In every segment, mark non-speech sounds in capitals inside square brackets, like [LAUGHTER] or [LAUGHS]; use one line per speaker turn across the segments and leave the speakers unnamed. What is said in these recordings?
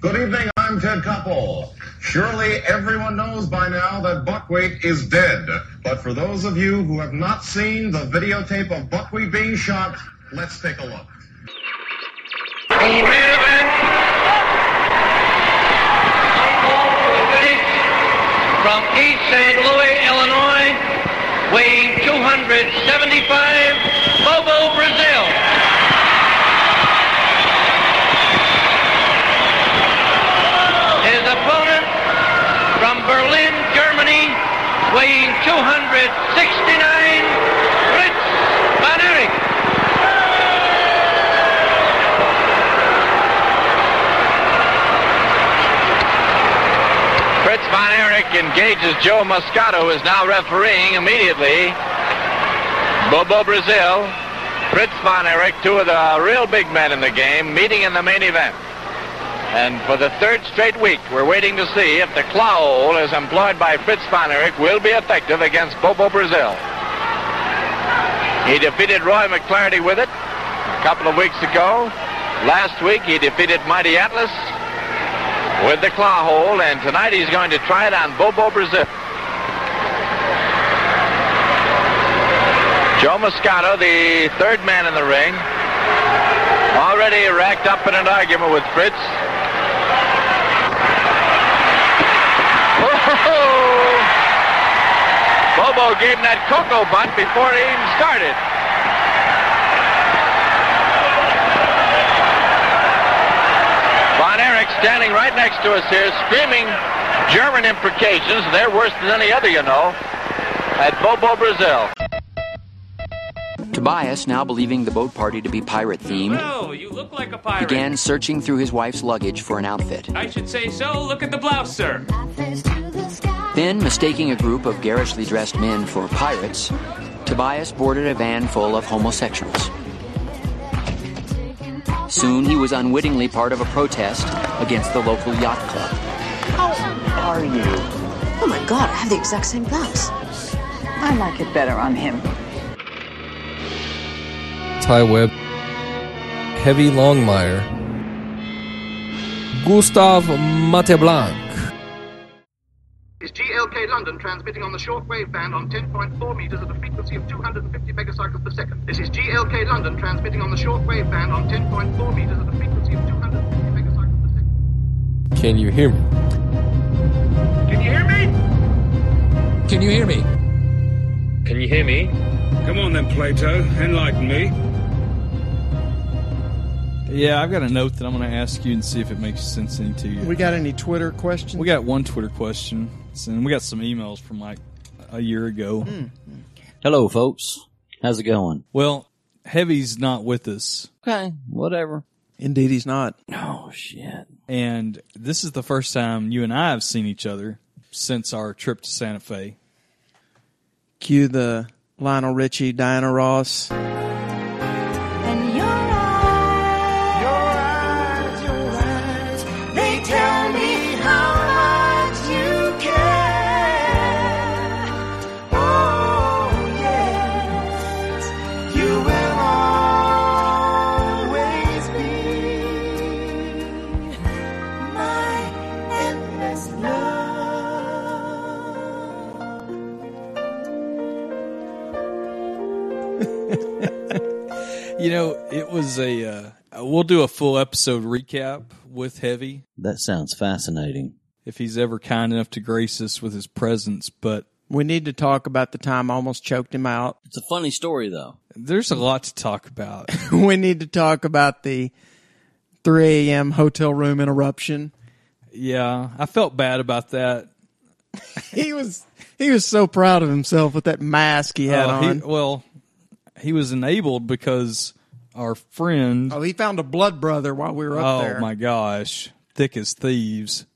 Good evening, I'm Ted Koppel. Surely everyone knows by now that buckwheat is dead. But for those of you who have not seen the videotape of buckwheat being shot, let's take a look.
From East St. Louis, Illinois, weighing 275, Bobo Brazil. His opponent from Berlin, Germany, weighing 269, Fritz Van Erich. Fritz Von Erich engages Joe Moscato, who is now refereeing immediately. Bobo Brazil, Fritz Von Erich, two of the real big men in the game, meeting in the main event. And for the third straight week, we're waiting to see if the claw hole as employed by Fritz Von Erich will be effective against Bobo Brazil. He defeated Roy McClarty with it a couple of weeks ago. Last week, he defeated Mighty Atlas with the claw hold, and tonight he's going to try it on Bobo Brazil. Joe Moscato, the third man in the ring, already racked up in an argument with Fritz. Whoa! Oh, Bobo gave him that cocoa butt before he even started. Von Erich standing right next to us here, screaming German imprecations. They're worse than any other, you know, at Bobo Brazil.
Tobias, now believing the boat party to be pirate themed,
Oh, you look like a pirate.
began searching through his wife's luggage for an outfit.
I should say so. Look at the blouse, sir.
Then, mistaking a group of garishly dressed men for pirates, Tobias boarded a van full of homosexuals. Soon he was unwittingly part of a protest against the local yacht club.
Are you?
Oh my god, I have the exact same blouse.
I like it better on him.
Ty Webb, Heavy Longmire, Gustav Mateblanc,
is GLK London transmitting on the shortwave band on 10.4 meters at a frequency of 250 megacycles per second. This is GLK London transmitting on the shortwave band on 10.4 meters at a frequency of 250 megacycles per second.
Can You Hear Me?
Can you hear me?
Can you hear me?
Can you hear me?
Come on then, Plato, enlighten me.
Yeah, I've got a note that I'm going to ask you and see if it makes sense any to you.
We got any Twitter questions?
We got one Twitter question, and we got some emails from like a year ago.
Hmm.
Hello, folks. How's it going?
Well, Heavy's not with us,
Okay, whatever.
Indeed, he's not.
Oh shit.
and this is the first time you and I have seen each other since our trip to Santa Fe.
Cue the Lionel Richie, Diana Ross.
And your eyes, your eyes, your eyes, they tell me how much you care. Oh, yes, you will always be my endless love.
You know, it was a. Uh, we'll do a full episode recap with Heavy
That sounds fascinating.
if he's ever kind enough to grace us with his presence, but
We need to talk about the time I almost choked him out.
It's a funny story, though.
there's a lot to talk about.
We need to talk about the 3 a.m. hotel room interruption.
yeah, I felt bad about that.
[LAUGHS] He was he was so proud of himself with that mask he had
Uh, he-
on.
well, he was enabled because our friend.
oh, he found a blood brother while we were up
oh
there.
my gosh, thick as thieves.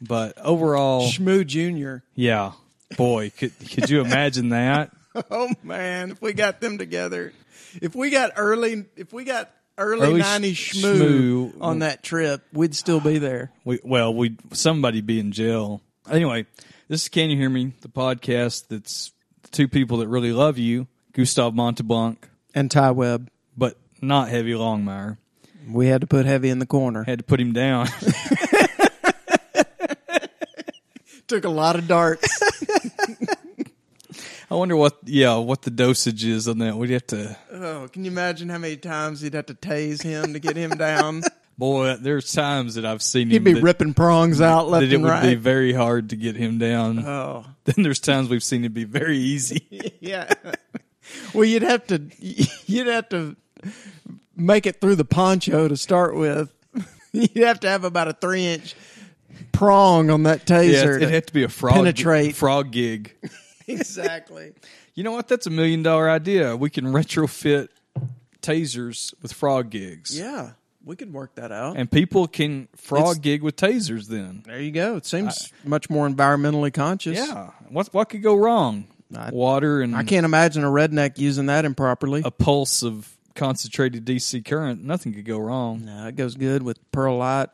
But overall,
Shmoo Jr.
yeah, boy, could could you imagine that?
Oh man, if we got them together, if we got early, if we got early,
Early sh-
90s shmoo,
shmoo.
on that trip, we'd still be there.
We well, we somebody be in jail. Anyway, this is Can You Hear Me, the podcast that's two people that really love you, Gustav Monteblanc,
And Ty Webb,
but not Heavy Longmire.
We had to put Heavy in the corner.
Had to put him down. [LAUGHS]
Took a lot of darts.
I wonder what yeah what the dosage is on that. We'd have to.
oh, can you imagine how many times you'd have to tase him to get him down?
[LAUGHS] Boy, there's times that I've seen
He'd
him
be
that-
ripping prongs out left
that it
and
would
right.
be very hard to get him down.
Oh.
[LAUGHS] Then there's times we've seen it be very easy.
[LAUGHS] yeah. well, you'd have to [LAUGHS] you'd have to make it through the poncho to start with. [LAUGHS] You'd have to have about a three inch prong on that
Yeah,
taser.
it'd
to
have to be a frog
penetrate.
frog gig.
exactly.
You know what? That's a million dollar idea. We can retrofit tasers with frog gigs,
Yeah, we could work that out.
and people can frog
It's-
gig with tasers. Then
there you go. It seems much more environmentally conscious.
yeah, what what could go wrong? Water and
I can't imagine a redneck using that improperly.
a pulse of concentrated DC current. Nothing could go wrong.
No, it goes good with perlite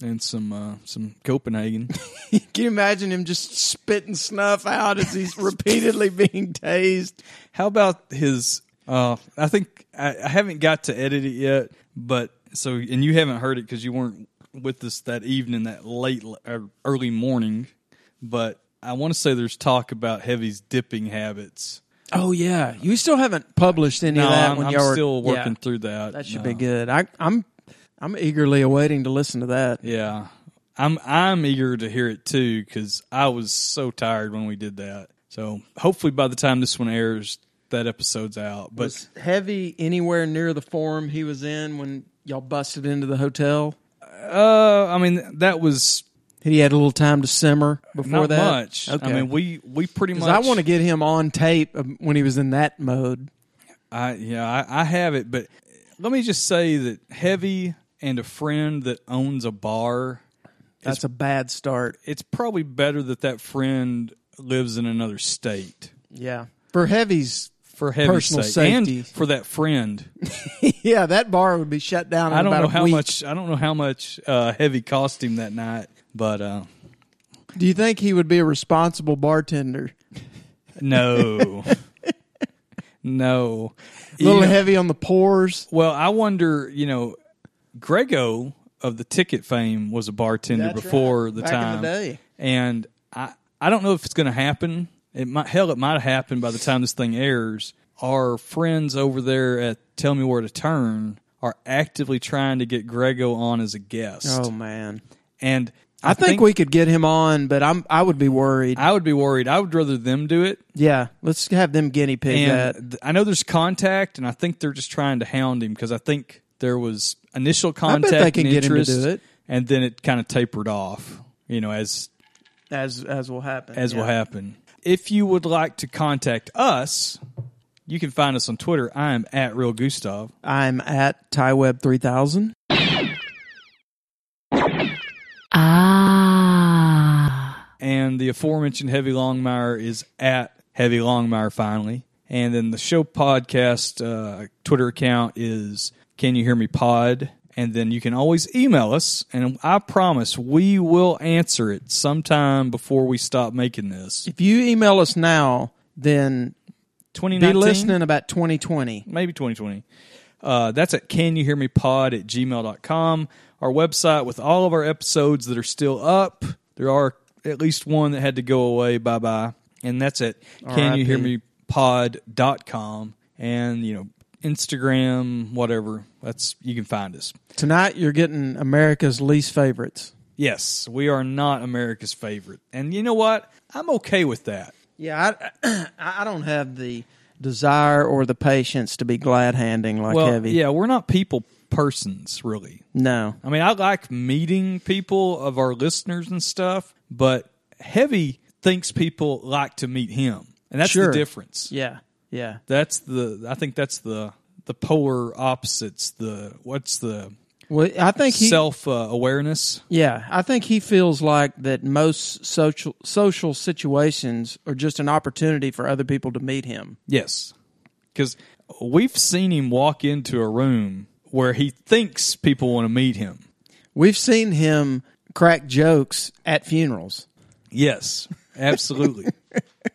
and some uh, some Copenhagen.
[LAUGHS] Can you imagine him just spitting snuff out as
[LAUGHS]
he's repeatedly being tased?
How about his? Uh, I think I, I haven't got to edit it yet, but so and you haven't heard it because you weren't with us that evening, that late or early morning. But I want to say there's talk about Heavy's dipping habits.
Oh yeah, you still haven't published any
No,
of that
I'm-
when
I'm
y'all were-
still
yeah.
working through that.
That should
No.
be good. I, I'm I'm eagerly awaiting to listen to that.
Yeah, I'm I'm eager to hear it too because I was so tired when we did that. So hopefully by the time this one airs, that episode's out. But
was heavy anywhere near the forum he was in when y'all busted into the hotel?
Uh, I mean that was
he had a little time to simmer before
Not
that.
much. I mean, we- we pretty
'Cause
much-
I want to get him on tape um, when he was in that mode.
I yeah, I, I have it, but let me just say that heavy and a friend that owns a bar.
That's a bad start.
It's probably better that that friend lives in another state
Yeah, for heavy's
for heavy
personal
sake,
safety.
and for that friend.
[LAUGHS] yeah, that bar would be shut down. In
I don't
about
know
a
how
week.
much I don't know how much uh, heavy cost him that night, but uh,
Do you think he would be a responsible bartender? [LAUGHS]
no, no,
A little
You know-
heavy on the pours.
Well, I wonder, you know, Grego of the ticket fame was a bartender
That's
before
right.
the
Back in the
time.
day.
And I, I don't know if it's going to happen. It might, hell, it might have happened by the time this thing airs. Our friends over there at Tell Me Where to Turn are actively trying to get Grego on as a guest.
Oh man,
And
I, think, we could get him on, but I'm I would be worried.
I would be worried. I would rather them do it.
yeah, let's have them guinea pig that.
And th- I know there's contact, and I think they're just trying to hound him because I think there was initial
I bet they
contact
can
and
get him to
interest,
do it.
and then it kind of tapered off. You know, as
as as will happen.
as will
yeah.
happen. If you would like to contact us, you can find us on Twitter. I am at Real Gustav.
I'm at TyWeb three thousand.
Ah. And the aforementioned Heavy Longmire is at Heavy Longmire finally. And then the show podcast uh, Twitter account is Can You Hear Me Pod. And then you can always email us, and I promise we will answer it sometime before we stop making this.
If you email us now, then
Twenty
be
nineteen,
listening about twenty twenty.
maybe 2020. Uh, that's at can you hear me pod at gmail.com. Our website with all of our episodes that are still up. There are at least one that had to go away. Bye bye. And that's at can you hear me pod.com. And, you know, Instagram, whatever. That's you can find us.
Tonight you're getting America's least favorites.
Yes, we are not America's favorite. And you know what? I'm okay with that.
Yeah, I I don't have the desire or the patience to be glad handing like
well,
heavy.
yeah, we're not people persons, really.
No.
I mean, I like meeting people of our listeners and stuff, but Heavy thinks people like to meet him, and that's
Sure.
the difference.
Yeah. Yeah.
That's the I think that's the the polar opposites. The what's the
Well, I think he
self uh, awareness.
Yeah, I think he feels like that most social social situations are just an opportunity for other people to meet him.
Yes, because we've seen him walk into a room where he thinks people want to meet him.
We've seen him crack jokes at funerals.
Yes, absolutely. [LAUGHS]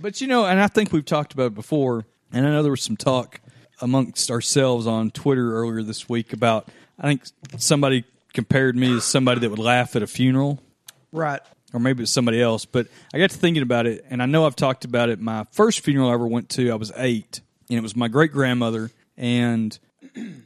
but you know, and I think we've talked about it before, and I know there was some talk amongst ourselves on Twitter earlier this week about I think somebody compared me to somebody that would laugh at a funeral.
Right.
Or maybe it's somebody else, but I got to thinking about it, and I know I've talked about it. My first funeral I ever went to, I was eight, and it was my great grandmother, and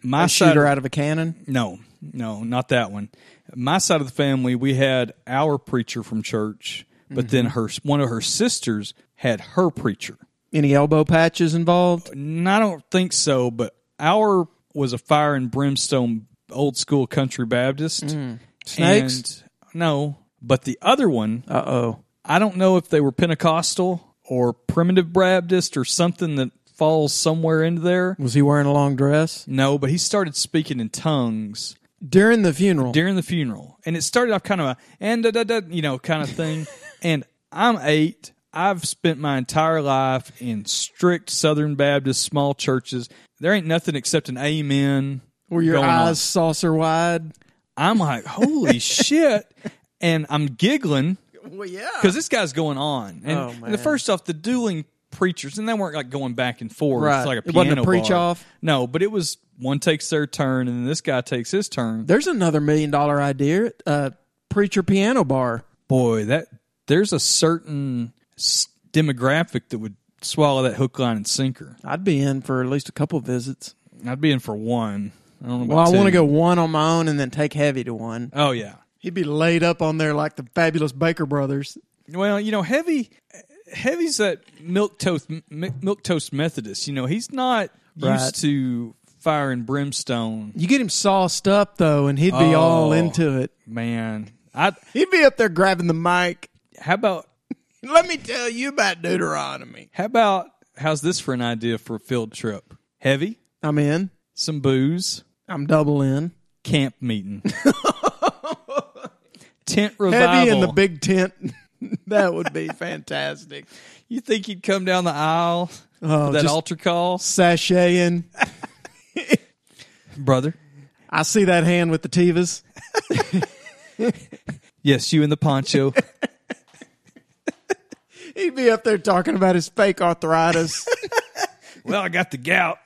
my
They shoot
side
her out of a cannon.
no, no, not that one. My side of the family, we had our preacher from church, but then
Mm-hmm.
her one of her sisters had her preacher.
Any elbow patches involved?
No, I don't think so, but our was a fire and brimstone old school country Baptist.
Mm. Snakes?
And- no, but the other one, uh oh, I don't know if they were Pentecostal or primitive Baptist or something that falls somewhere into there.
Was he wearing a long dress?
No, but he started speaking in tongues
during the funeral.
During the funeral, and it started off kind of a and da, da, da, you know kind of thing.
[LAUGHS]
and I'm eight. I've spent my entire life in strict Southern Baptist small churches. There ain't nothing except an amen.
Were your
going on.
eyes saucer wide?
I'm
[LAUGHS]
like, holy shit. And I'm giggling
Well, yeah.
because this guy's going on. And,
Oh,
and the
man.
first off, the dueling preachers, and they weren't like going back and forth.
Right.
It's like a
It
piano
wasn't a preach
bar.
off?
No, but it was one takes their turn, and then this guy takes his turn.
There's another million dollar idea. Uh, preacher piano bar.
Boy, that there's a certain s- demographic that would swallow that hook, line, and sinker.
I'd be in for at least a couple visits.
I'd be in for one. I don't know.
Well, I want to
to
go one on my own and then take heavy to one.
Oh yeah.
He'd be laid up on there like the fabulous Baker brothers.
Well, you know, heavy, heavy's that milk toast, milk toast Methodist. You know, he's not
Right.
used to fire and brimstone.
You get him sauced up though, and he'd be all
Oh.
into it.
Man, I
he'd be up there grabbing the mic.
How about
Let me tell you about Deuteronomy.
How about how's this for an idea for a field trip? Heavy.
I'm in.
Some booze.
I'm double in.
Camp
[LAUGHS]
meeting. Tent revival.
Heavy in the big tent. [LAUGHS] that would be fantastic.
You think he'd come down the aisle
Oh,
for that
just
altar call,
sashaying.
brother?
I see that hand with the Tevas.
Yes, you in the [LAUGHS] poncho.
He'd be up there talking about his fake arthritis, [LAUGHS]
well, I got the gout.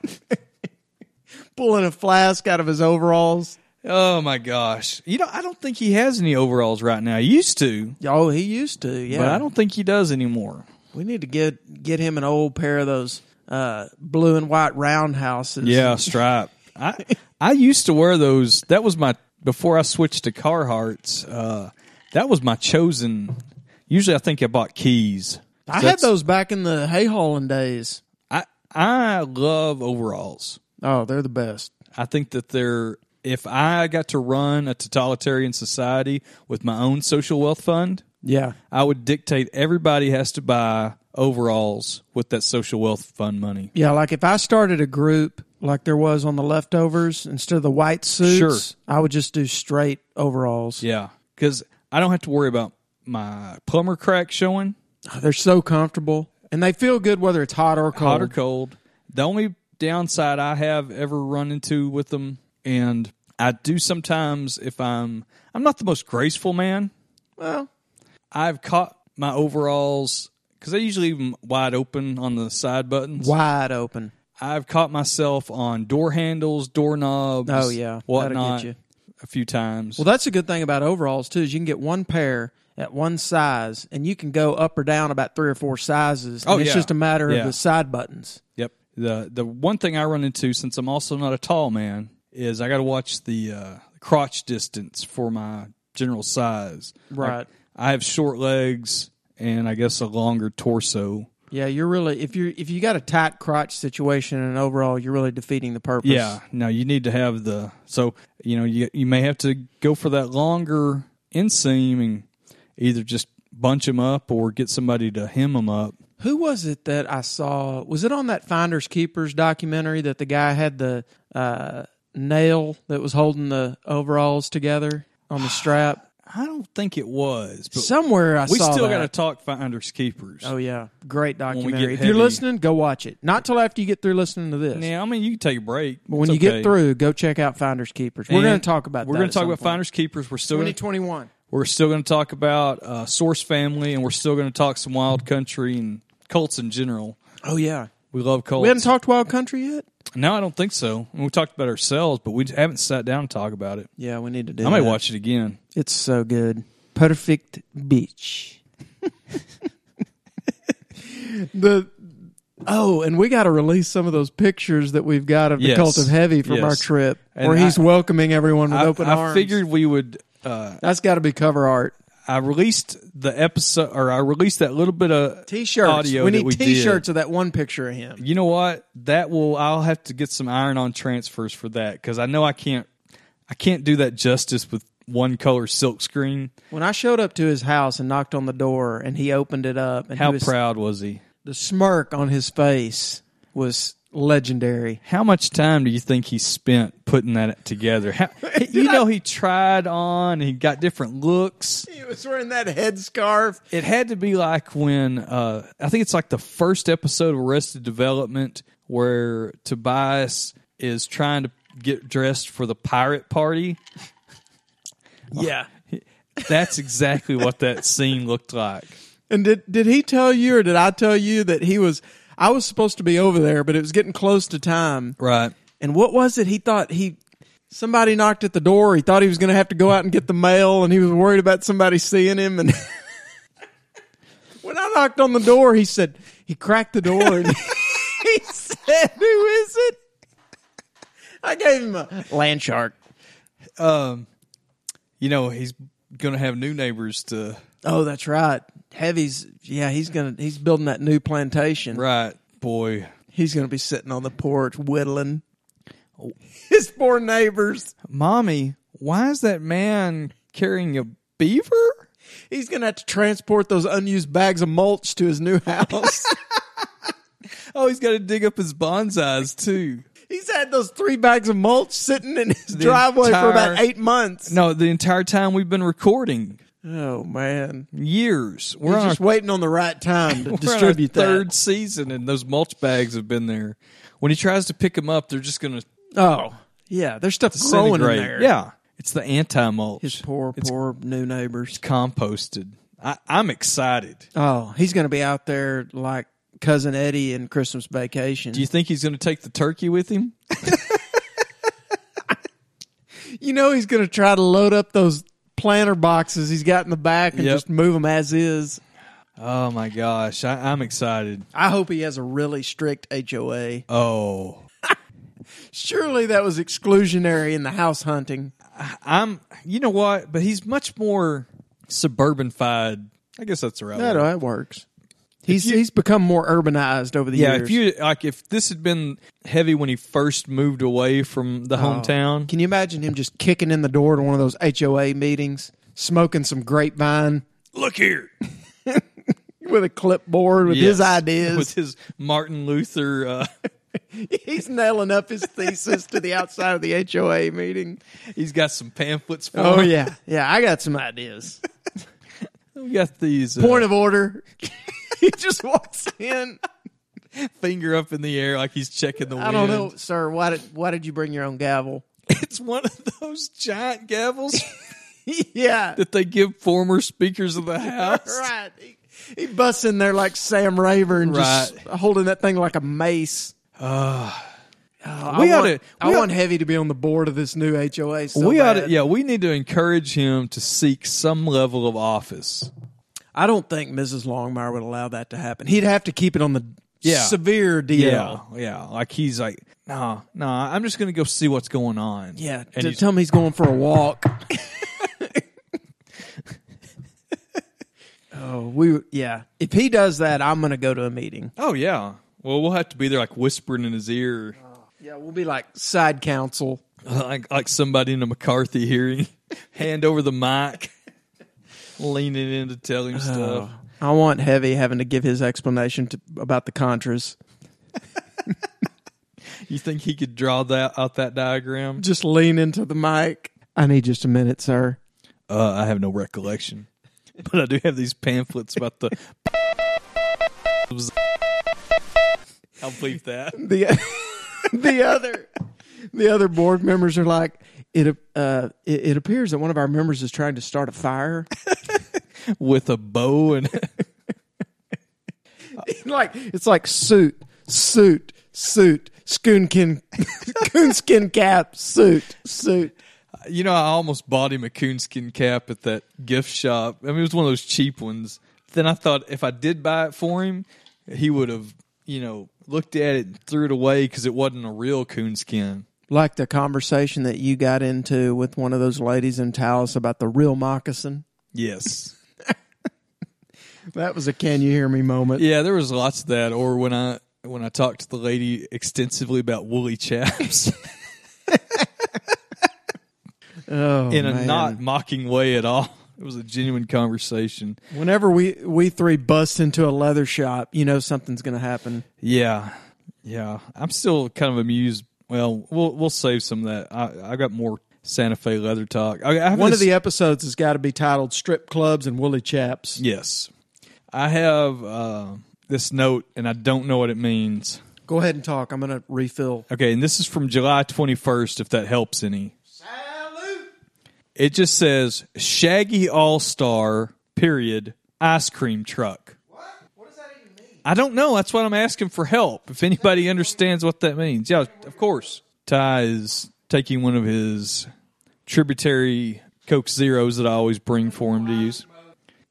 pulling a flask out of his overalls.
Oh my gosh! You know, I don't think he has any overalls right now. He used to,
Oh, he used to. Yeah,
but I don't think he does anymore.
We need to get get him an old pair of those uh, blue and white roundhouses.
Yeah, stripe. I I used to wear those. That was my before I switched to Carhartts. Uh, that was my chosen. Usually, I think I bought keys.
I
So
had
that's-
those back in the hay hauling days.
I I love overalls.
Oh, they're the best.
I think that they're. If I got to run a totalitarian society with my own social wealth fund,
Yeah,
I would dictate everybody has to buy overalls with that social wealth fund money.
yeah. Like if I started a group like there was on the leftovers, instead of the white suits,
Sure.
I would just do straight overalls.
Yeah, because I don't have to worry about my plumber crack showing.
They're so comfortable and they feel good whether it's hot or cold.
hot or cold. The only downside I have ever run into with them, and I do sometimes if I'm I'm not the most graceful man.
Well,
I've caught my overalls because I usually leave 'em wide open on the side buttons.
wide open.
I've caught myself on door handles, doorknobs.
Oh, yeah. That'll get
whatnot.
you.
A few times.
Well, that's a good thing about overalls too is you can get one pair at one size, and you can go up or down about three or four sizes. and
Oh,
it's
yeah.
just a matter
Yeah.
of the side buttons.
Yep. The the one thing I run into since I'm also not a tall man is I got to watch the uh, crotch distance for my general size.
Right.
I, I have short legs and I guess a longer torso.
Yeah, you're really if you are if you got a tight crotch situation and overall, you're really defeating the purpose.
Yeah. No, you need to have the so you know you you may have to go for that longer inseam and either just bunch them up or get somebody to hem them up.
Who was it that I saw? Was it on that Finders Keepers documentary that the guy had the uh, nail that was holding the overalls together on the strap?
I don't think it was. [SIGHS] But
Somewhere I
we
saw
still
that.
to talk finders keepers.
Oh yeah, great
we get
documentary. If
heavy.
you're listening, go watch it. Not till after you get through listening to this.
Yeah, I mean you can take a break.
But when
It's
you get
okay.
through, go check out Finders Keepers. We're going
And
to talk about
we're
that
going
at
to talk
some
about
point.
finders keepers. We're still gonna,
2021.
we're still going to talk about uh, Source Family, and we're still going to talk some Wild Country and Colts in general.
Oh yeah.
We love cults.
We haven't talked Wild Country yet.
No, I don't think so. We talked about ourselves, but we haven't sat down and talked about it.
Yeah, we need to do
I might
that.
watch it again.
It's so good. Perfect beach. [LAUGHS] the oh, and we got to release some of those pictures that we've got of the
Yes.
cult of heavy from
Yes.
our trip,
And
where he's
I-
welcoming everyone with
I,
open
I
arms.
figured we would. Uh,
That's got to be cover art.
I released the episode, or I released that little bit of
T-shirts.
audio.
we
that
need
we did.
T-shirts of that one picture of him.
You know what? That will. I'll have to get some iron-on transfers for that because I know I can't. I can't do that justice with one color silk screen.
When I showed up to his house and knocked on the door, and he opened it up, and he
How
was-
proud was he?
the smirk on his face was legendary.
How much time do you think he spent putting that
[LAUGHS]
together? How, you know, he tried on. He got different looks.
He was wearing that headscarf.
It had to be like when uh, I think it's like the first episode of Arrested Development where Tobias is trying to get dressed for the pirate party.
Yeah.
That's exactly what that scene looked like.
[LAUGHS] And did did he tell you, or did I tell you that he was? I was supposed to be over there, but it was getting close to time.
Right.
And what was it? He thought he somebody knocked at the door. He thought he was going to have to go out and get the mail, and he was worried about somebody seeing him. And [LAUGHS] when I knocked on the door, he said he cracked the door and [LAUGHS] he said, "Who is it?" I gave him a land shark.
Um, you know, he's going to have new neighbors to.
Oh, that's right. Heavy's yeah, he's gonna he's building that new plantation.
Right. Boy.
He's gonna be sitting on the porch whittling. His poor neighbors.
Mommy, why is that man carrying a beaver?
He's gonna have to transport those unused bags of mulch to his new [LAUGHS] house.
Oh, he's got to dig up his bonsais too.
he's had those three bags of mulch sitting in his
The
driveway for about
entire-
eight months.
No, the entire time we've been recording,
Oh man.
years. We're
We're
on
just
our,
waiting on the right [LAUGHS] time to
we're on our
distribute that.
third season, and those mulch bags have been there. When he tries to pick them up, they're just going to
Oh. Yeah, there's stuff growing in
disintegrate.
there.
Yeah, it's the anti mulch.
His poor, poor new neighbors.
composted. I, I'm excited.
Oh, he's going to be out there like cousin Eddie in Christmas Vacation.
Do you think he's going to take the turkey with him?
You know he's going to try to load up those planter boxes he's got in the back and
Yep.
just move them as is.
Oh my gosh, I, I'm excited.
I hope he has a really strict HOA.
Oh,
Surely that was exclusionary in the house hunting.
I'm. You know what? But he's much more suburbanified. I guess that's the right.
That, uh,
word.
that works. He's he's become more urbanized over the
Yeah,
years.
if you like, if this had been heavy when he first moved away from the hometown,
Oh. Can you imagine him just kicking in the door to one of those HOA meetings, smoking some grapevine
look here
[LAUGHS] with a clipboard with his ideas?
with his Martin Luther. Uh, [LAUGHS]
[LAUGHS] He's nailing up his thesis to the outside of the HOA meeting.
he's got some pamphlets for.
Oh
him.
yeah, [LAUGHS] yeah. I got some ideas.
we got these uh,
Point of order. [LAUGHS] he just walks in.
finger up in the air like he's checking the wind.
I don't know, sir. Why did Why did you bring your own gavel? [LAUGHS]
[LAUGHS] It's one of those giant gavels
yeah,
that they give former speakers of the house.
right. He, he busts in there like Sam Raver and just
Right.
holding that thing like a mace. Oh,
we
I
oughta-
want,
we
I
oughta-
want Heavy to be on the board of this new HOA. So
we ought
bad.
to, yeah, we need to encourage him to seek some level of office.
I don't think Mrs. Longmire would allow that to happen. He'd have to keep it on the
Yeah.
severe deal.
yeah, yeah. Like he's like, nah, nah. I'm just gonna go see what's going on.
Yeah, to
and he's-
tell him he's going for a [LAUGHS] walk. oh, we yeah. If he does that, I'm going to go to a meeting.
oh yeah. Well, we'll have to be there, like whispering in his ear,
Yeah, we'll be like side counsel.
like like somebody in a McCarthy [LAUGHS] hearing, hand over the mic, leaning in to tell him stuff.
I want Heavy having to give his explanation to, about the contras.
You think he could draw that out that diagram?
Just lean into the mic. I need just a minute, sir.
Uh, I have no recollection, [LAUGHS] but I do have these pamphlets about the. [LAUGHS] I'll bleep that.
The [LAUGHS] the other the other board members are like it uh it, it appears that one of our members is trying to start a fire. [LAUGHS]
with a bow and [LAUGHS]
like it's like suit suit, suit, coonskin, [LAUGHS] coonskin cap, suit, suit.
You know, I almost bought him a coonskin cap at that gift shop. I mean, it was one of those cheap ones. Then I thought if I did buy it for him, he would have, you know, looked at it and threw it away because it wasn't a real coonskin.
Like the conversation that you got into with one of those ladies in Taos about the real moccasin.
Yes.
That was a can you hear me moment.
Yeah, there was lots of that. Or when I when I talked to the lady extensively about woolly chaps [LAUGHS]
Oh,
in a
man.
not mocking way at all. It was a genuine conversation.
Whenever we we three bust into a leather shop, you know something's going to happen.
Yeah, yeah. I'm still kind of amused. Well, we'll we'll save some of that. I I got more Santa Fe leather talk. I, I have
One
this-
of the episodes has got to be titled "Strip Clubs and Woolly Chaps."
yes. I have uh, this note, and I don't know what it means.
Go ahead and talk. I'm going to refill.
Okay, and this is from July 21st, if that helps any. Salute! It just says Shaggy All Star, period, ice cream truck. What? What does that even mean? I don't know. That's what I'm asking for help. If anybody understands what that means. Yeah, of course. Ty is taking one of his tributary Coke Zeros that I always bring for him to use.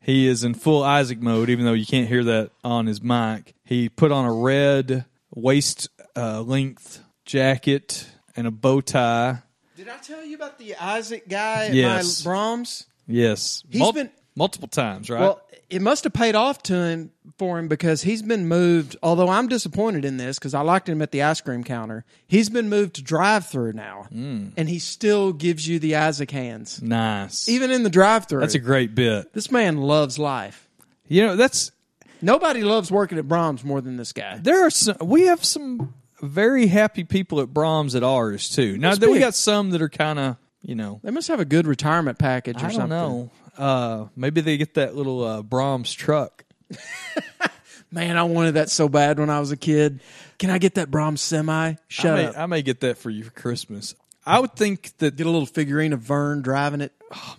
He is in full Isaac mode, even though you can't hear that on his mic. He put on a red waist uh, length jacket and a bow tie.
Did I tell you about the Isaac guy
at Yes. my
Brahms?
Yes,
He's been-
multiple times, right?
Well, it must have paid off to him for him because he's been moved. Although I'm disappointed in this because I liked him at the ice cream counter, he's been moved to drive-through now,
Mm.
and he still gives you the Isaac hands,
nice.
even in the drive-through.
That's a great bit.
This man loves life.
You know, that's
Nobody loves working at Brahms more than this guy.
there are some. We have some very happy people at Brahms at ours too. Now
Must
then we
be.
got some that are kind of you know
They must have a good retirement package or
I don't
something.
know. Uh, maybe they get that little uh, Brahms truck.
Man, I wanted that so bad when I was a kid. Can I get that Brahms semi? Shut
I may,
up.
I may get that for you for Christmas. I would think that
get a little figurine of Vern driving it.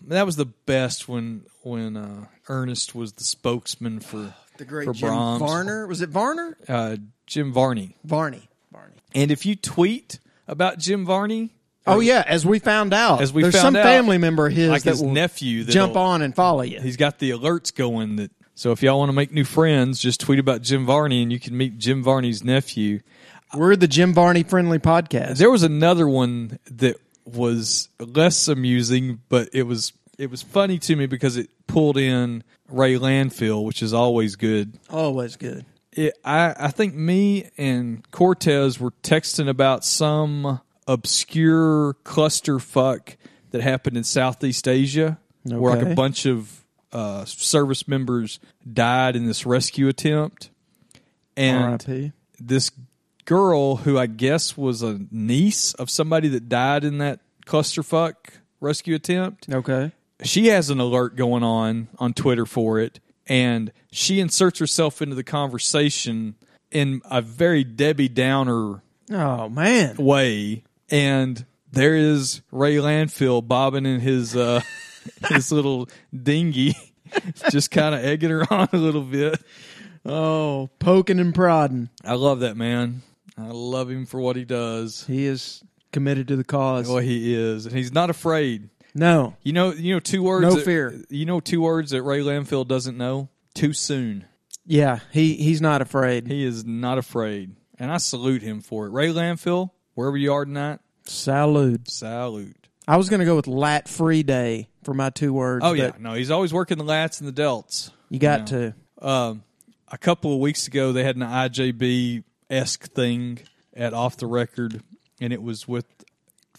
that was the best when when uh, Ernest was the spokesman for
The great
for
Jim
Brahms.
Varner. Was it Varner?
Uh, Jim Varney.
Varney. Varney.
And if you tweet about Jim Varney,
Oh yeah, as we found out,
As we
there's
found
some
out,
family member of his
like
that
his
will
nephew, that'll-
jump on and follow you.
he's got the alerts going that. So if y'all want to make new friends, just tweet about Jim Varney and you can meet Jim Varney's nephew.
We're the Jim Varney friendly podcast.
There was another one that was less amusing, but it was it was funny to me because it pulled in Ray Landfill, which is always good.
Always good.
it, I, I think me and Cortez were texting about some obscure clusterfuck that happened in Southeast Asia, where like
Okay.
a bunch of uh, service members died in this rescue attempt, and
R.I.P.
this girl who I guess was a niece of somebody that died in that clusterfuck rescue attempt
Okay.
she has an alert going on on Twitter for it, and she inserts herself into the conversation in a very Debbie Downer
Oh man.
way. And there is Ray Landfill bobbing in his uh, [LAUGHS] his little dinghy, [LAUGHS] just kind of egging her on a little bit.
Oh, poking and prodding.
I love that man. I love him for what he does.
He is committed to the cause.
Boy, he is, and he's not afraid.
No.
You know, you know two words.
No
that-
fear.
You know two words that Ray Landfill doesn't know. Too soon.
Yeah, he he's not afraid.
He is not afraid, and I salute him for it. Ray Landfill, wherever you are tonight,
Salute.
salute.
I was going to go with lat free day for my two words.
Oh yeah,
but
no, he's always working the lats and the delts.
you got to.
Um, a couple of weeks ago, they had an IJB esque thing at off the record, and it was with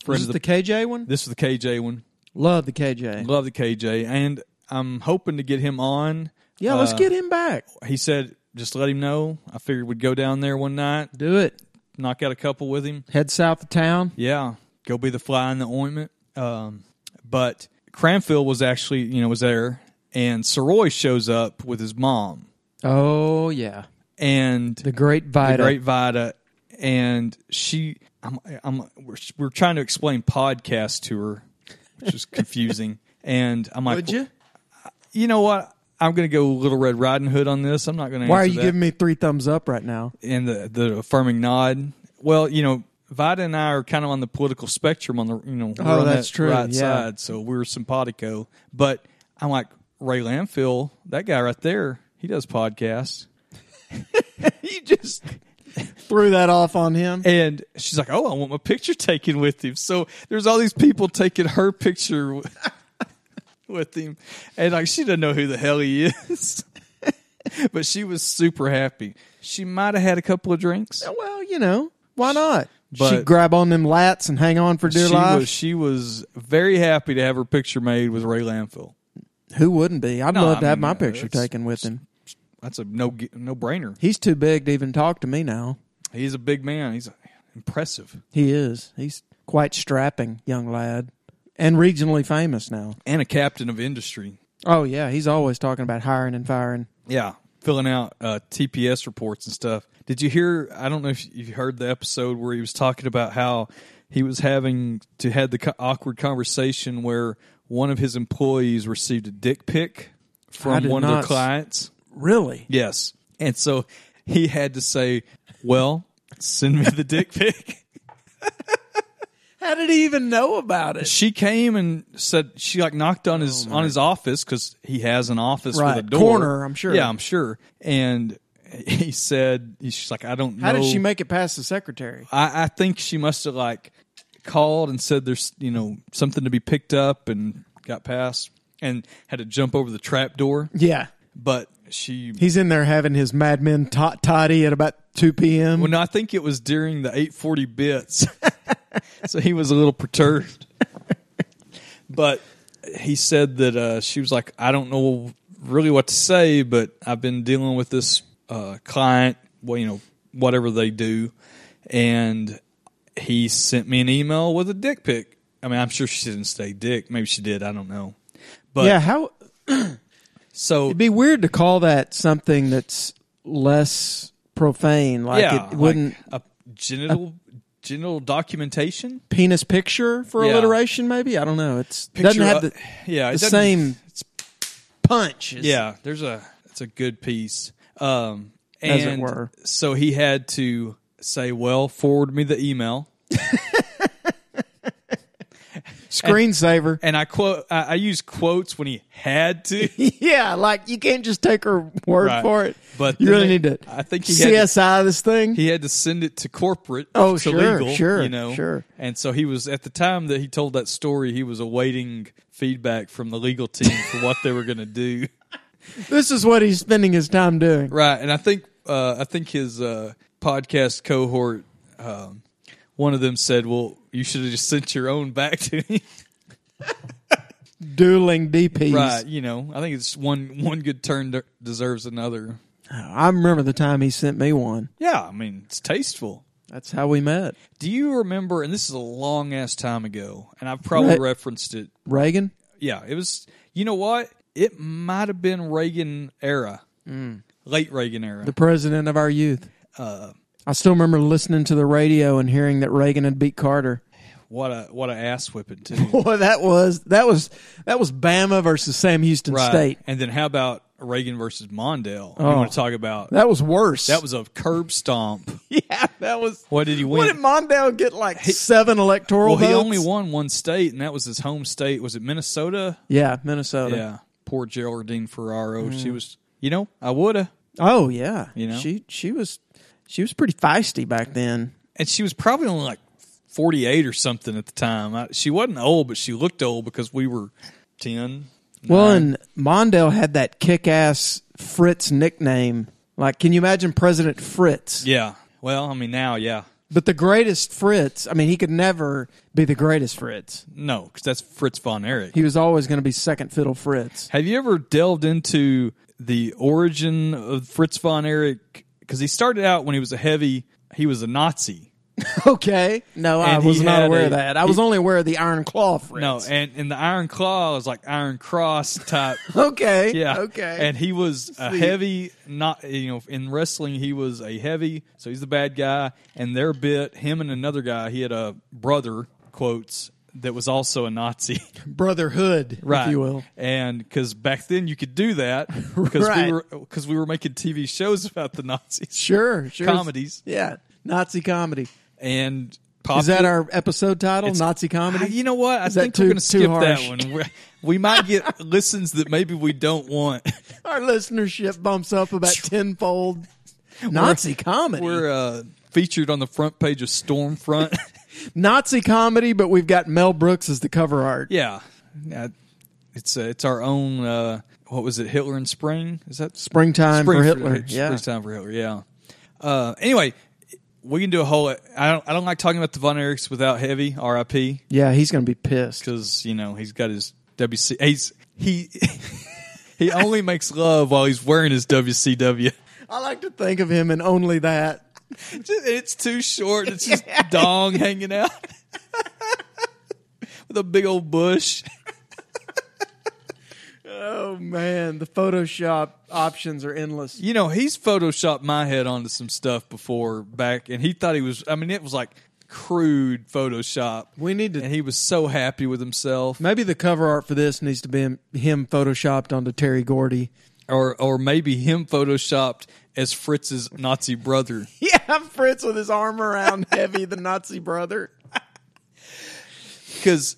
friends.
Was it
of
the KJ one?
this was the KJ one.
Love the KJ.
Love the KJ, and I'm hoping to get him on.
yeah, let's
Uh,
get him back.
He said just let him know. I figured we'd go down there one night,
Do it.
knock out a couple with him.
Head south of town.
Yeah, go be the fly in the ointment. Um, but Cranfield was actually, you know, was there, and Soroy shows up with his mom
Oh yeah,
and
the great Vita.
the great Vida, and she. I'm, I'm, we're, we're trying to
[LAUGHS]
explain podcast to her, which is confusing. and I'm like,
Would you?
you know what? I'm going to go Little Red Riding Hood on this. I'm not going to.
Why are you giving me three thumbs up right now?
and the the affirming nod? Well, you know, Vida and I are kind of on the political spectrum on the you know we're
Oh,
on
that's
that
true,
right
yeah.
side, so we're simpatico. But I'm like Ray Lanfill, that guy right there. He does podcasts.
[LAUGHS] You just threw that off on him.
And she's like, "Oh, I want my picture taken with him." So there's all these people taking her picture with, [LAUGHS] with him, and like she doesn't know who the hell he is, [LAUGHS] but she was super happy. She might have had a couple of drinks.
Eh, Well, you know, why not?
But-
she grab on them lats and hang on for dear
she
life.
was she was very happy to have her picture made with Ray Lanfill.
Who wouldn't be? I'd
No,
love
I
to have
mean,
my
uh,
picture
it's-
taken with him.
That's a no no brainer.
He's too big to even talk to me now.
He's a big man. He's impressive
He is. He's quite strapping, young lad, and regionally famous now.
and a captain of industry.
Oh yeah, he's always talking about hiring and firing.
Yeah, filling out uh, TPS reports and stuff. Did you hear? I don't know if you heard the episode where he was talking about how he was having to had the co- awkward conversation where one of his employees received a dick pic
I
from
did
one of
not
their
s-
clients.
Really?
Yes, and so he had to say, "Well, send me the dick pic."
How did he even know about it?
[LAUGHS] She came and said she like knocked on his on his office because he has an office
Right.
with a door
Corner, I'm sure.
Yeah, I'm sure. And he said she's like, I don't.
How
know.
did she make it past the secretary?
I, I think she must have like called and said there's you know something to be picked up and got past and had to jump over the trap door.
Yeah,
But she
he's in there having his Mad Men tot- toddy at about two p.m.
Well, no, I think it was during the 840 bits. so he was a little perturbed. But he said that uh, she was like, I don't know really what to say, but I've been dealing with this uh, client, well, you know, whatever they do. And he sent me an email with a dick pic. I mean, I'm sure she didn't say dick. Maybe she did. I don't know. But
yeah, how
so
it'd be weird to call that something that's less profane. Like
yeah,
it wouldn't
like a genital genital documentation.
penis picture for
Yeah.
alliteration. Maybe I don't know. It's doesn't
Picture,
have
uh,
the
[SIGHS] yeah, it
the
doesn't-
same punch. It's-
Yeah, there's a it's a good piece. Um, and
As it were.
So he had to say, "Well, forward me the email."
Screensaver.
And I quote, I, I use quotes when he
[LAUGHS]
had to.
yeah, like you can't just take her word
Right.
for it.
But
you
then
really
they-
need to.
I think he had to-
CSI this thing.
He had to send it to corporate.
Oh,
to
sure,
legal,
sure,
you know,
sure.
And so he was at the time that he told that story, he was awaiting feedback from the legal team for what they were going to do.
This is what he's spending his time doing.
Right, and I think uh, I think his uh, podcast cohort, um, one of them said, "Well, you should have just sent your own back to me."
Dueling DPs.
Right, you know, I think it's one one good turn de- deserves another.
I remember the time he sent me one.
Yeah, I mean, it's tasteful.
That's how we met.
Do you remember? And this is a long ass time ago, and I've probably
Right.
referenced it.
Reagan.
Yeah, it was. You know what? It might have been Reagan era, late Reagan era.
the president of our youth.
Uh,
I still remember listening to the radio and hearing that Reagan had beat Carter.
what a what a ass whipping [LAUGHS] too.
[LAUGHS] Boy, that was that was that was Bama versus Sam Houston State.
And then how about Reagan versus Mondale? You
Oh.
want to talk about
That was worse.
that was a curb stomp.
[LAUGHS] yeah, that was.
What did he
What did
win?
Mondale get like seven electoral
Well, he
votes?
only won one state, and that was his home state. Was it Minnesota?
Yeah, Minnesota. Mm.
Yeah. Poor Geraldine Ferraro. She was, you know, I woulda,
Oh yeah.
You know?
she she was she was pretty feisty back then.
and she was probably only like forty-eight or something at the time. I, she wasn't old, but she looked old because we were ten.
Well, and Mondale had that kick ass Fritz nickname. Like, can you imagine President Fritz?
Yeah. Well, I mean, now, yeah.
But the greatest Fritz, I mean, he could never be the greatest Fritz.
No, because that's Fritz von Erich.
He was always going to be second fiddle
[LAUGHS]
Fritz.
Have you ever delved into the origin of Fritz von Erich? Because he started out when he was a heavy, he was a Nazi.
Okay. No,
And
I was
he
not
had
aware
a-
of that. I was
he-
only aware of the Iron Claw Fritz.
No, and, and the Iron Claw is like Iron Cross type.
[LAUGHS] Okay.
Yeah.
Okay.
And he was a
See.
heavy, not you know, in wrestling he was a heavy, so he's the bad guy. And their bit him and another guy, he had a brother quotes that was also
[LAUGHS]
a Nazi.
Brotherhood,
right.
if you will.
And because back then you could do that because
Right.
we were because we were making TV shows about the Nazis.
Sure, sure.
Comedies.
Yeah, Nazi comedy.
And
Is that
popular-
our episode title?
It's-
Nazi comedy.
I- you know what? I
Is that
think we're
too-
going to
too
skip that
harsh?
one. We, we might
[LAUGHS]
get listens that maybe we don't want.
Our listenership bumps up
[LAUGHS]
about tenfold. Nazi
We're-
comedy.
We're uh, featured on the front page
[LAUGHS]
of Stormfront. [LAUGHS]
Nazi comedy, but we've got Mel Brooks as the cover art.
yeah, Yeah. it's uh, it's our own. Uh, what was it? Hitler in Spring? Is that
Springtime for Hitler, yeah.
Springtime for Hitler. Yeah. Uh, anyway, we can do a whole. I don't. I don't like talking about the Von Erichs without Heavy. R.I.P.
Yeah, he's going to be pissed.
because you know he's got his WC. He's he [LAUGHS] he only makes love while he's wearing his [LAUGHS] WCW.
I like to think of him in only that.
It's too short. It's just dong hanging out [LAUGHS] with a big old bush.
Oh man, the Photoshop options are endless.
You know he's photoshopped my head onto some stuff before back, and he thought he was. I mean, it was like crude Photoshop.
We need to.
And he was so happy with himself,
Maybe the cover art for this needs to be him, him photoshopped onto Terry Gordy.
or or maybe him photoshopped as Fritz's Nazi brother.
[LAUGHS] Yeah, Fritz with his arm around Heavy, the Nazi brother.
because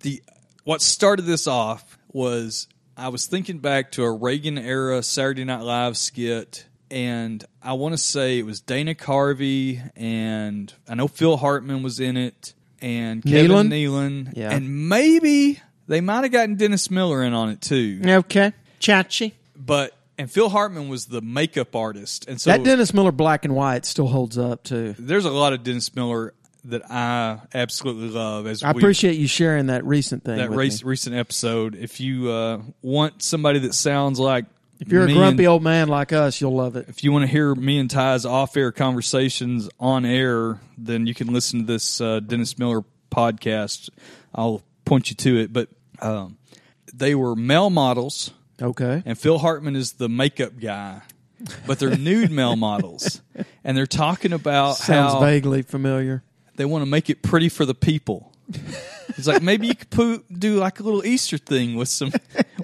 the what started this off was I was thinking back to a Reagan era Saturday Night Live skit, and I want to say it was Dana Carvey, and I know Phil Hartman was in it, and Kevin Nealon,
Yeah.
and maybe they might have gotten Dennis Miller in on it too,
Okay, Chachi.
but. And Phil Hartman was the makeup artist, and so
that Dennis Miller black and white still holds up too.
there's a lot of Dennis Miller that I absolutely love. As
I
we-
appreciate you sharing that recent thing.
that
with
race,
me.
recent episode. If you uh, want somebody that sounds like
If you're a grumpy old man like us, you'll love it.
if you want to hear me and Ty's off-air conversations on air, then you can listen to this uh, Dennis Miller podcast. I'll point you to it. But um, they were male models,
Okay.
and Phil Hartman is the makeup guy, but they're nude
[LAUGHS]
male models, and they're talking about
Sounds
how
vaguely familiar.
they want to make it pretty for the people. It's like maybe you could poo- do like a little Easter thing with some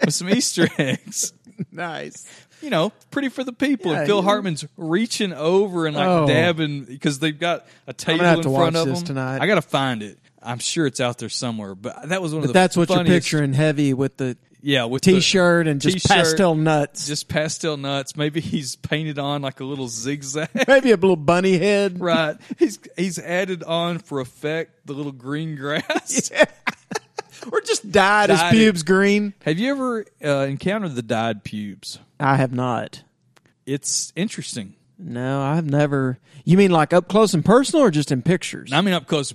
with some
[LAUGHS]
Easter eggs.
Nice.
You know, pretty for the people.
Yeah,
and Phil
you-
Hartman's reaching over and like
Oh.
dabbing because they've got a table
have
in
to
front
watch
of
this
them.
tonight.
I got to find it. I'm sure it's out there somewhere. But that was one
But
of the
that's what you're
funniest-
picturing heavy with the
Yeah, with the
t-shirt and just
t-shirt,
pastel nuts.
just pastel nuts. Maybe he's painted on like a little zigzag. [LAUGHS]
Maybe a little bunny head.
Right. He's he's added on for effect the little
[LAUGHS]
green grass.
Or just dyed, his
Dyed it.
pubes green.
Have you ever uh, encountered the dyed pubes?
I have not.
It's interesting.
No, I've never. You mean like up close and personal or just in pictures?
I mean, up close to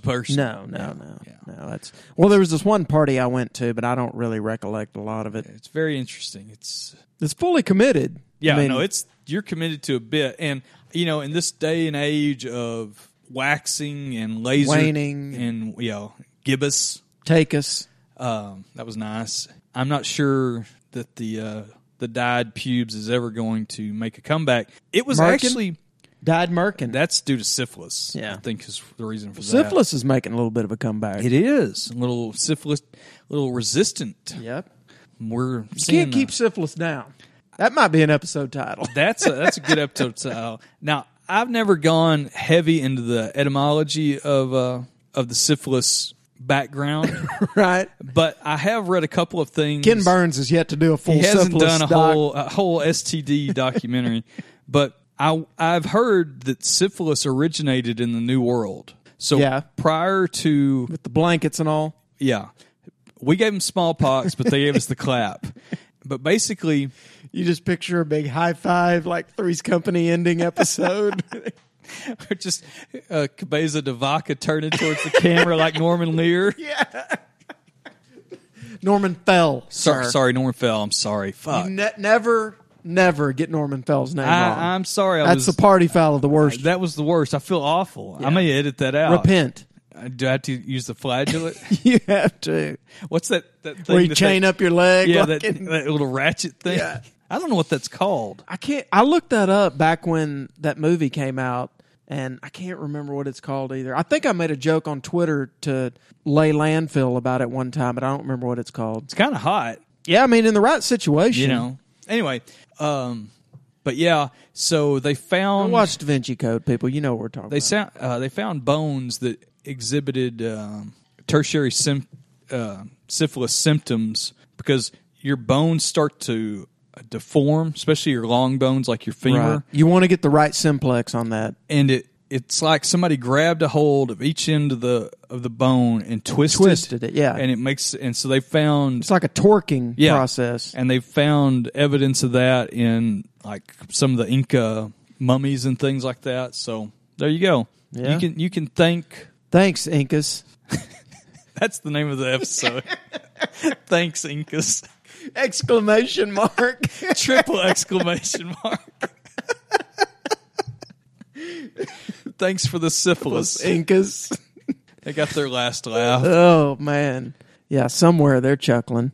No,
personal.
no, no, no. That's well. There was this one party I went to, but I don't really recollect a lot of it.
It's very interesting. It's
It's fully committed.
yeah,
I mean,
no, it's you're committed to a bit, and you know, in this day and age of waxing and laser
Waning.
and you know, gibbous,
take us.
um, that was nice. I'm not sure that the uh, the dyed pubes is ever going to make a comeback. It was
Merkin?
actually
Died Merkin.
that's due to syphilis.
Yeah.
I think is the reason for that.
Syphilis is making a little bit of a comeback.
It is a little syphilis, a little resistant.
Yep.
We're seeing
Can't keep
that.
syphilis down. That might be an episode title.
that's a, that's a good episode title. Now I've never gone heavy into the etymology of uh, of the syphilis
[LAUGHS]
background,
[LAUGHS] right.
but I have read a couple of things.
Ken Burns has yet to do a full.
he hasn't
syphilis
done a
doc.
whole a whole STD
[LAUGHS]
documentary, but I I've heard that syphilis originated in the New World. So
Yeah.
prior to
with the blankets and all.
Yeah. We gave them smallpox, but they gave us the clap. But basically, [LAUGHS]
You just picture a big high five, like Three's Company ending
[LAUGHS]
episode.
just uh, Cabeza de Vaca turning towards the camera like
[LAUGHS]
Norman Lear.
Norman Fell.
Sorry,
sir.
sorry, Norman Fell. I'm sorry. Fuck.
You ne- never, never get Norman Fell's name wrong.
I, I'm sorry. I
That's
was,
the party foul of the worst.
That was the worst. I feel awful. I may edit that out.
Repent.
Uh, Do I have to use the flagellate?
[LAUGHS] You have to.
What's that? That thing
Where you
that
chain
they-
up your leg.
Yeah,
like
that,
in-
that little ratchet thing.
Yeah.
I don't know what that's called.
I can't. I looked that up back when that movie came out, and I can't remember what it's called either. I think I made a joke on Twitter to lay landfill about it one time, but I don't remember what it's called. It's
kind of hot.
Yeah, I mean, in the right situation,
You know. Anyway, um, but yeah, so they
I
found
watched Da Vinci Code, people. You know what we're talking.
they sound, uh, they found bones that exhibited um, tertiary sym- uh, syphilis symptoms because your bones start to uh, deform, especially your long bones like your femur.
Right. You want to get the right simplex on that.
and it it's like somebody grabbed a hold of each end of the of the bone and twisted,
Twisted it, yeah.
and it makes and so they found
It's like a torquing
yeah,
process.
and they found evidence of that in like some of the Inca mummies and things like that. So there you go.
Yeah.
You can you can thank
Thanks, Incas.
that's the name of the episode. [LAUGHS] Thanks, Incas.
Exclamation mark.
Triple exclamation mark. Thanks for the syphilis.
[LAUGHS] Incas.
They got their last laugh.
Oh man, yeah. Somewhere they're chuckling.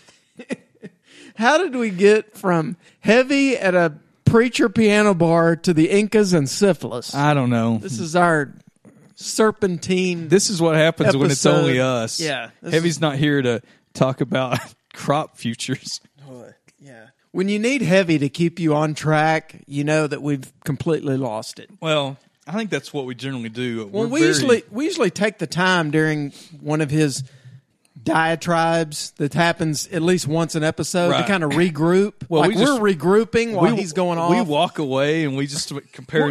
[LAUGHS] How did we get from heavy at a preacher piano bar to the Incas and syphilis?
I don't know.
This is our serpentine.
This is what happens when it's
episode.
only us.
Yeah, this
Heavy's not here to talk about [LAUGHS] crop futures.
When you need heavy to keep you on track, you know that we've completely lost it.
Well, I think that's what we generally do.
Well,
We're
we
very-
usually we usually take the time during one of his diatribes that happens at least once an episode
Right.
to kind of regroup.
Well,
like
we just-
are regrouping while
we-
he's going off.
We walk away and we just compare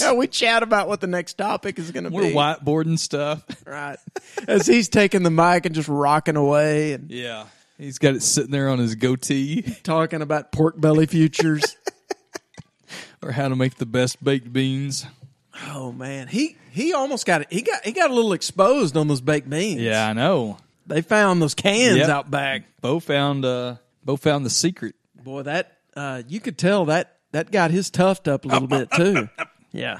[LAUGHS] Yeah, we chat about what the next topic is going to
We're
be.
whiteboarding stuff.
Right. As he's taking the mic and just rocking away and
Yeah. He's got it sitting there on his goatee [LAUGHS]
talking about pork belly futures. [LAUGHS]
or how to make the best baked beans.
oh man, he he almost got it. He got he got a little exposed on those baked beans.
Yeah, I know.
They found those cans
Yep.
out back.
Bo found uh Bo found the secret.
Boy, that uh, you could tell that that got his tuft up a little bit
[LAUGHS]
too. Yeah,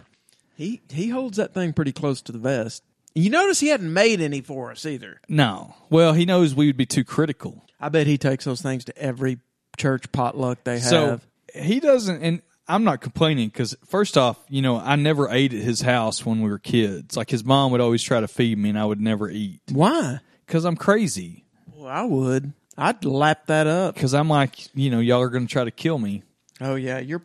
he he holds that thing pretty close to the vest. You notice he hadn't made any for us either.
No. Well, he knows we would be too critical.
I bet he takes those things to every church potluck they have.
So he doesn't, and I'm not complaining because first off, you know, I never ate at his house when we were kids. Like his mom would always try to feed me, and I would never eat
Why?
because I'm crazy.
Well, I would. I'd lap that up.
Because I'm like, you know, y'all are going to try to kill me.
Oh yeah, you're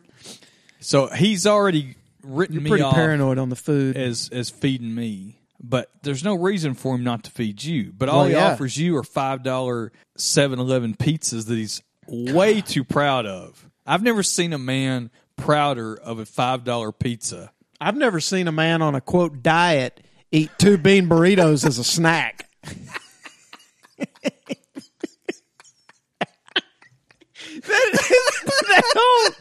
So he's already written
you're
me
pretty
off
paranoid on the food.
as as feeding me. But there's no reason for him not to feed you. But all
Well,
he
yeah.
offers you are five dollar Seven Eleven pizzas that he's way too proud of. I've never seen a man prouder of a five dollar pizza.
I've never seen a man on a quote diet eat two bean burritos as a snack. that, that whole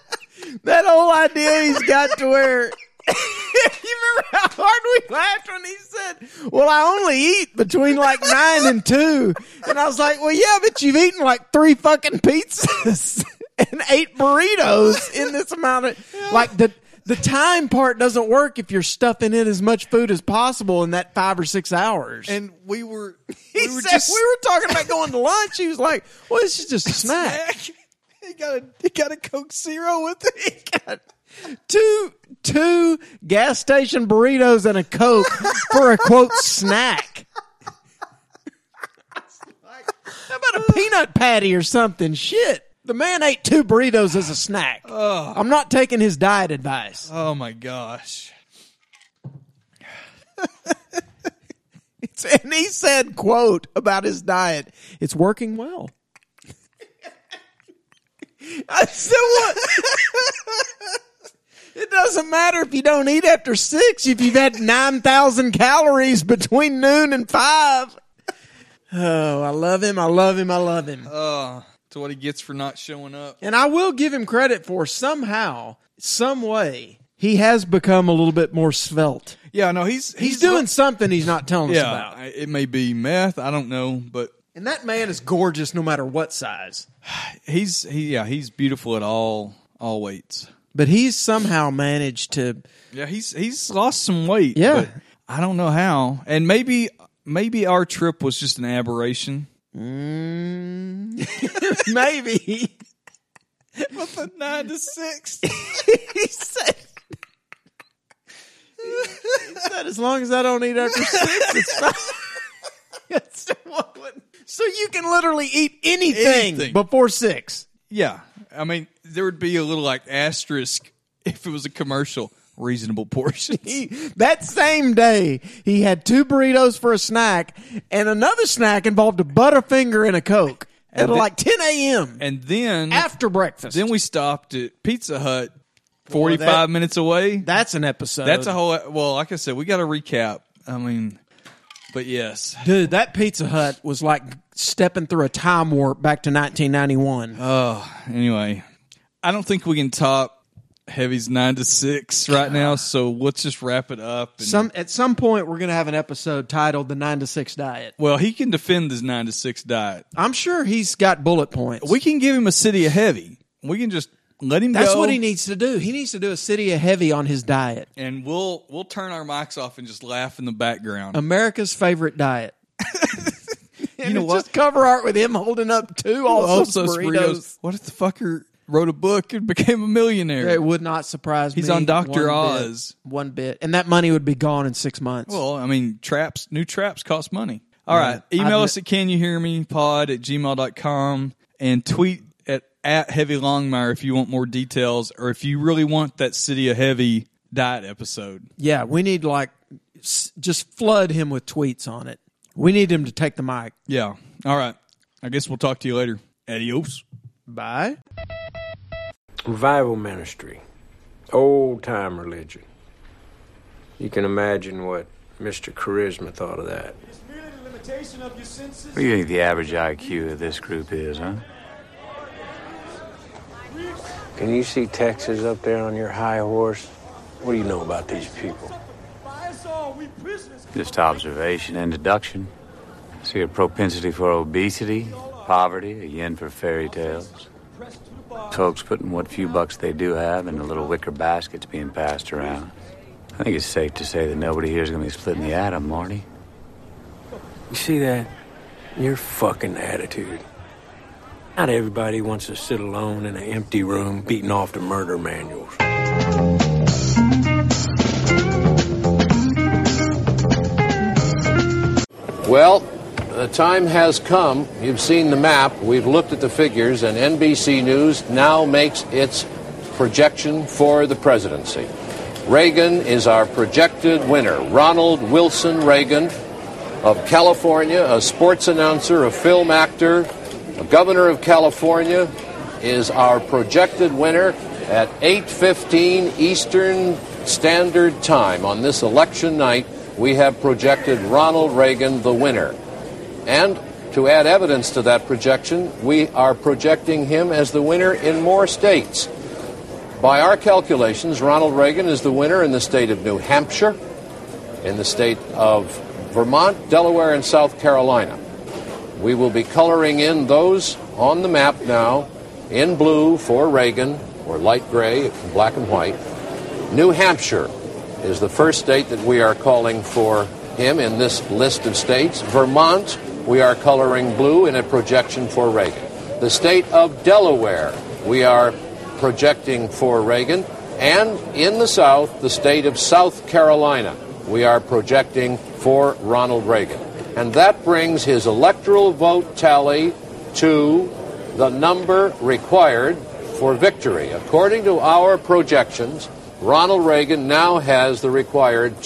that whole idea he's got to where [LAUGHS] you remember how hard we laughed when he said, "Well, I only eat between like nine and two. and I was like, "Well, yeah, but you've eaten like three fucking pizzas [LAUGHS] and eight burritos in this amount of like the." The time part doesn't work if you're stuffing in as much food as possible in that five or six hours.
And we were,
he said we were talking about going to lunch. He was like, "Well, this is just
[LAUGHS]
a snack."
He got a he got a Coke Zero with it.
two two gas station burritos and a coke for a quote snack. How about a peanut patty or something? Shit. The man ate two burritos as a snack. I'm not taking his diet advice.
Oh my gosh!
[LAUGHS] And he said, quote, about his diet, it's working well. [LAUGHS] I said, what? [LAUGHS] it doesn't matter if you don't eat after six, if you've had 9,000 calories between noon and five. Oh, I love him. I love him. I love him.
To what he gets for not showing up.
And I will give him credit for somehow, some way, he has become a little bit more svelte.
Yeah, no, he's
He's, doing something he's not telling us
Yeah,
about.
I- it may be meth. I don't know, but
And that man is gorgeous no matter what size.
he's he yeah he's beautiful at all all weights.
But he's somehow managed to.
Yeah, he's he's lost some weight.
Yeah.
but I don't know how. And maybe maybe our trip was just an aberration.
[LAUGHS] [LAUGHS] Maybe.
With a nine to six.
he said. He said, as long as I don't eat after six, it's [LAUGHS] fine. It's the one- so you can literally eat anything,
Anything.
before six.
Yeah. I mean, there would be a little like asterisk if it was a commercial.
[LAUGHS]
Reasonable portions.
That same day, he had two burritos for a snack, and another snack involved a Butterfinger and a Coke at
And the-
like 10 a.m.
and then
after breakfast.
Then we stopped at Pizza Hut,
Boy,
forty
that-
five minutes away.
That's an episode.
That's a whole. Well, like I said, we got to recap. I mean, but yes,
Dude, that Pizza Hut was like stepping through a time warp back to 1991.
Oh, anyway, I don't think we can top Heavy's nine to six right now. So let's just wrap it up. And,
Some at some point we're going to have an episode titled "The Nine to Six Diet."
well, he can defend his nine to six diet.
I'm sure he's got bullet points.
We can give him a city of heavy. We can just let him.
That's
go,
what he needs to do. He needs to do a city of heavy on his diet.
And we'll we'll turn our mics off and just laugh in the background.
America's favorite diet.
[LAUGHS] you know what?
Just cover art with him holding up two also
Also
burritos.
What if the fucker wrote a book and became a millionaire?
It would not surprise me.
He's on Dr.
one bit-
Oz.
one bit, and that money would be gone in six months.
Well, I mean, traps, new traps cost money. All
Yeah.
right. Email
I've-
us at can you hear me pod at gmail.com and tweet at, at Heavy Longmire if you want more details or if you really want that City of Heavy diet episode.
yeah, we need like s- just flood him with tweets on it. We need him to take the mic.
Yeah. All right. I guess we'll talk to you later. Adios.
Bye.
Revival ministry, old time religion. You can imagine what Mr. Charisma thought of that.
What do you think the average IQ of this group is, huh?
Can you see Texas up there on your high horse? What do you know about these people?
Just observation and deduction. See a propensity for obesity, poverty, a yen for fairy tales. Folks putting what few bucks they do have into little wicker baskets being passed around. I think it's safe to say that nobody here is going to be splitting the atom, Marty.
You see that? Your fucking attitude. Not everybody wants to sit alone in an empty room beating off the murder manuals.
Well, the time has come. You've seen the map, we've looked at the figures, and NBC News now makes its projection for the presidency. Reagan is our projected winner. Ronald Wilson Reagan of California, a sports announcer, a film actor, a governor of California, is our projected winner at 8:15 Eastern Standard Time on this election night. We have projected Ronald Reagan the winner. And to add evidence to that projection, we are projecting him as the winner in more states. By our calculations, Ronald Reagan is the winner in the state of New Hampshire, in the state of Vermont, Delaware, and South Carolina. We will be coloring in those on the map now in blue for Reagan, or light gray, black and white. New Hampshire is the first state that we are calling for him in this list of states. Vermont, we are coloring blue in a projection for Reagan. The state of Delaware, we are projecting for Reagan. And in the South, the state of South Carolina, we are projecting for Ronald Reagan. And that brings his electoral vote tally to the number required for victory. According to our projections, Ronald Reagan now has the required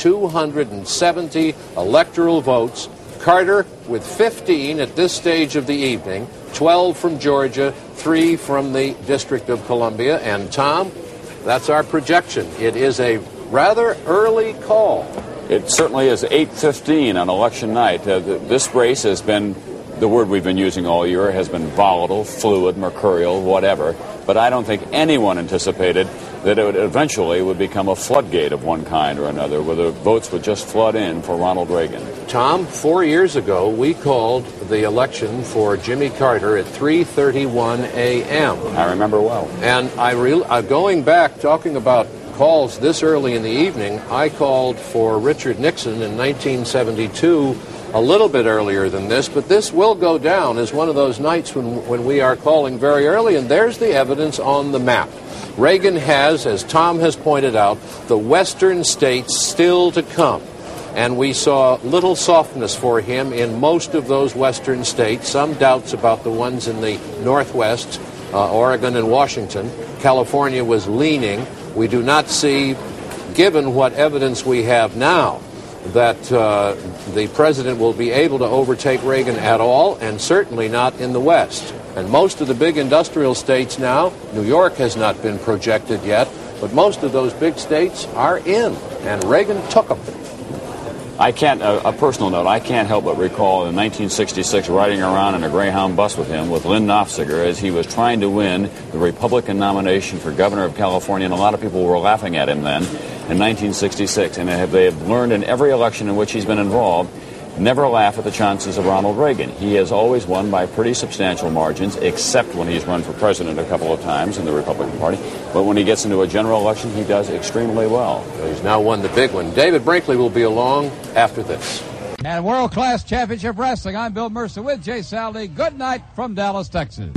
270 electoral votes. Carter with 15 at this stage of the evening, 12 from Georgia, 3 from the District of Columbia. And Tom, that's our projection. It is a rather early call.
It certainly is 8:15 on election night. Uh, th- this race has been the word we've been using all year has been volatile, fluid, mercurial, whatever. But I don't think anyone anticipated that it would eventually would become a floodgate of one kind or another, where the votes would just flood in for Ronald Reagan.
Tom, four years ago, we called the election for Jimmy Carter at 3:31 a.m.
I remember well.
And I re- uh, going back talking about calls this early in the evening. I called for Richard Nixon in 1972, a little bit earlier than this, but this will go down as one of those nights when when we are calling very early. And there's the evidence on the map. Reagan has, as Tom has pointed out, the western states still to come. And we saw little softness for him in most of those western states, some doubts about the ones in the northwest, uh, Oregon and Washington. California was leaning. We do not see, given what evidence we have now, that uh, the president will be able to overtake Reagan at all, and certainly not in the West. And most of the big industrial states now, New York has not been projected yet, but most of those big states are in, and Reagan took them.
I can't, a, a personal note, I can't help but recall in 1966 riding around in a Greyhound bus with him, with Lynn Nofziger, as he was trying to win the Republican nomination for governor of California, and a lot of people were laughing at him then in 1966. And have, they have learned in every election in which he's been involved, never laugh at the chances of Ronald Reagan. He has always won by pretty substantial margins, except when he's run for president a couple of times in the Republican Party. But when he gets into a general election, he does extremely well.
He's now won the big one. David Brinkley will be along after this.
And World Class Championship Wrestling. I'm Bill Mercer with Jay Sally. Good night from Dallas, Texas.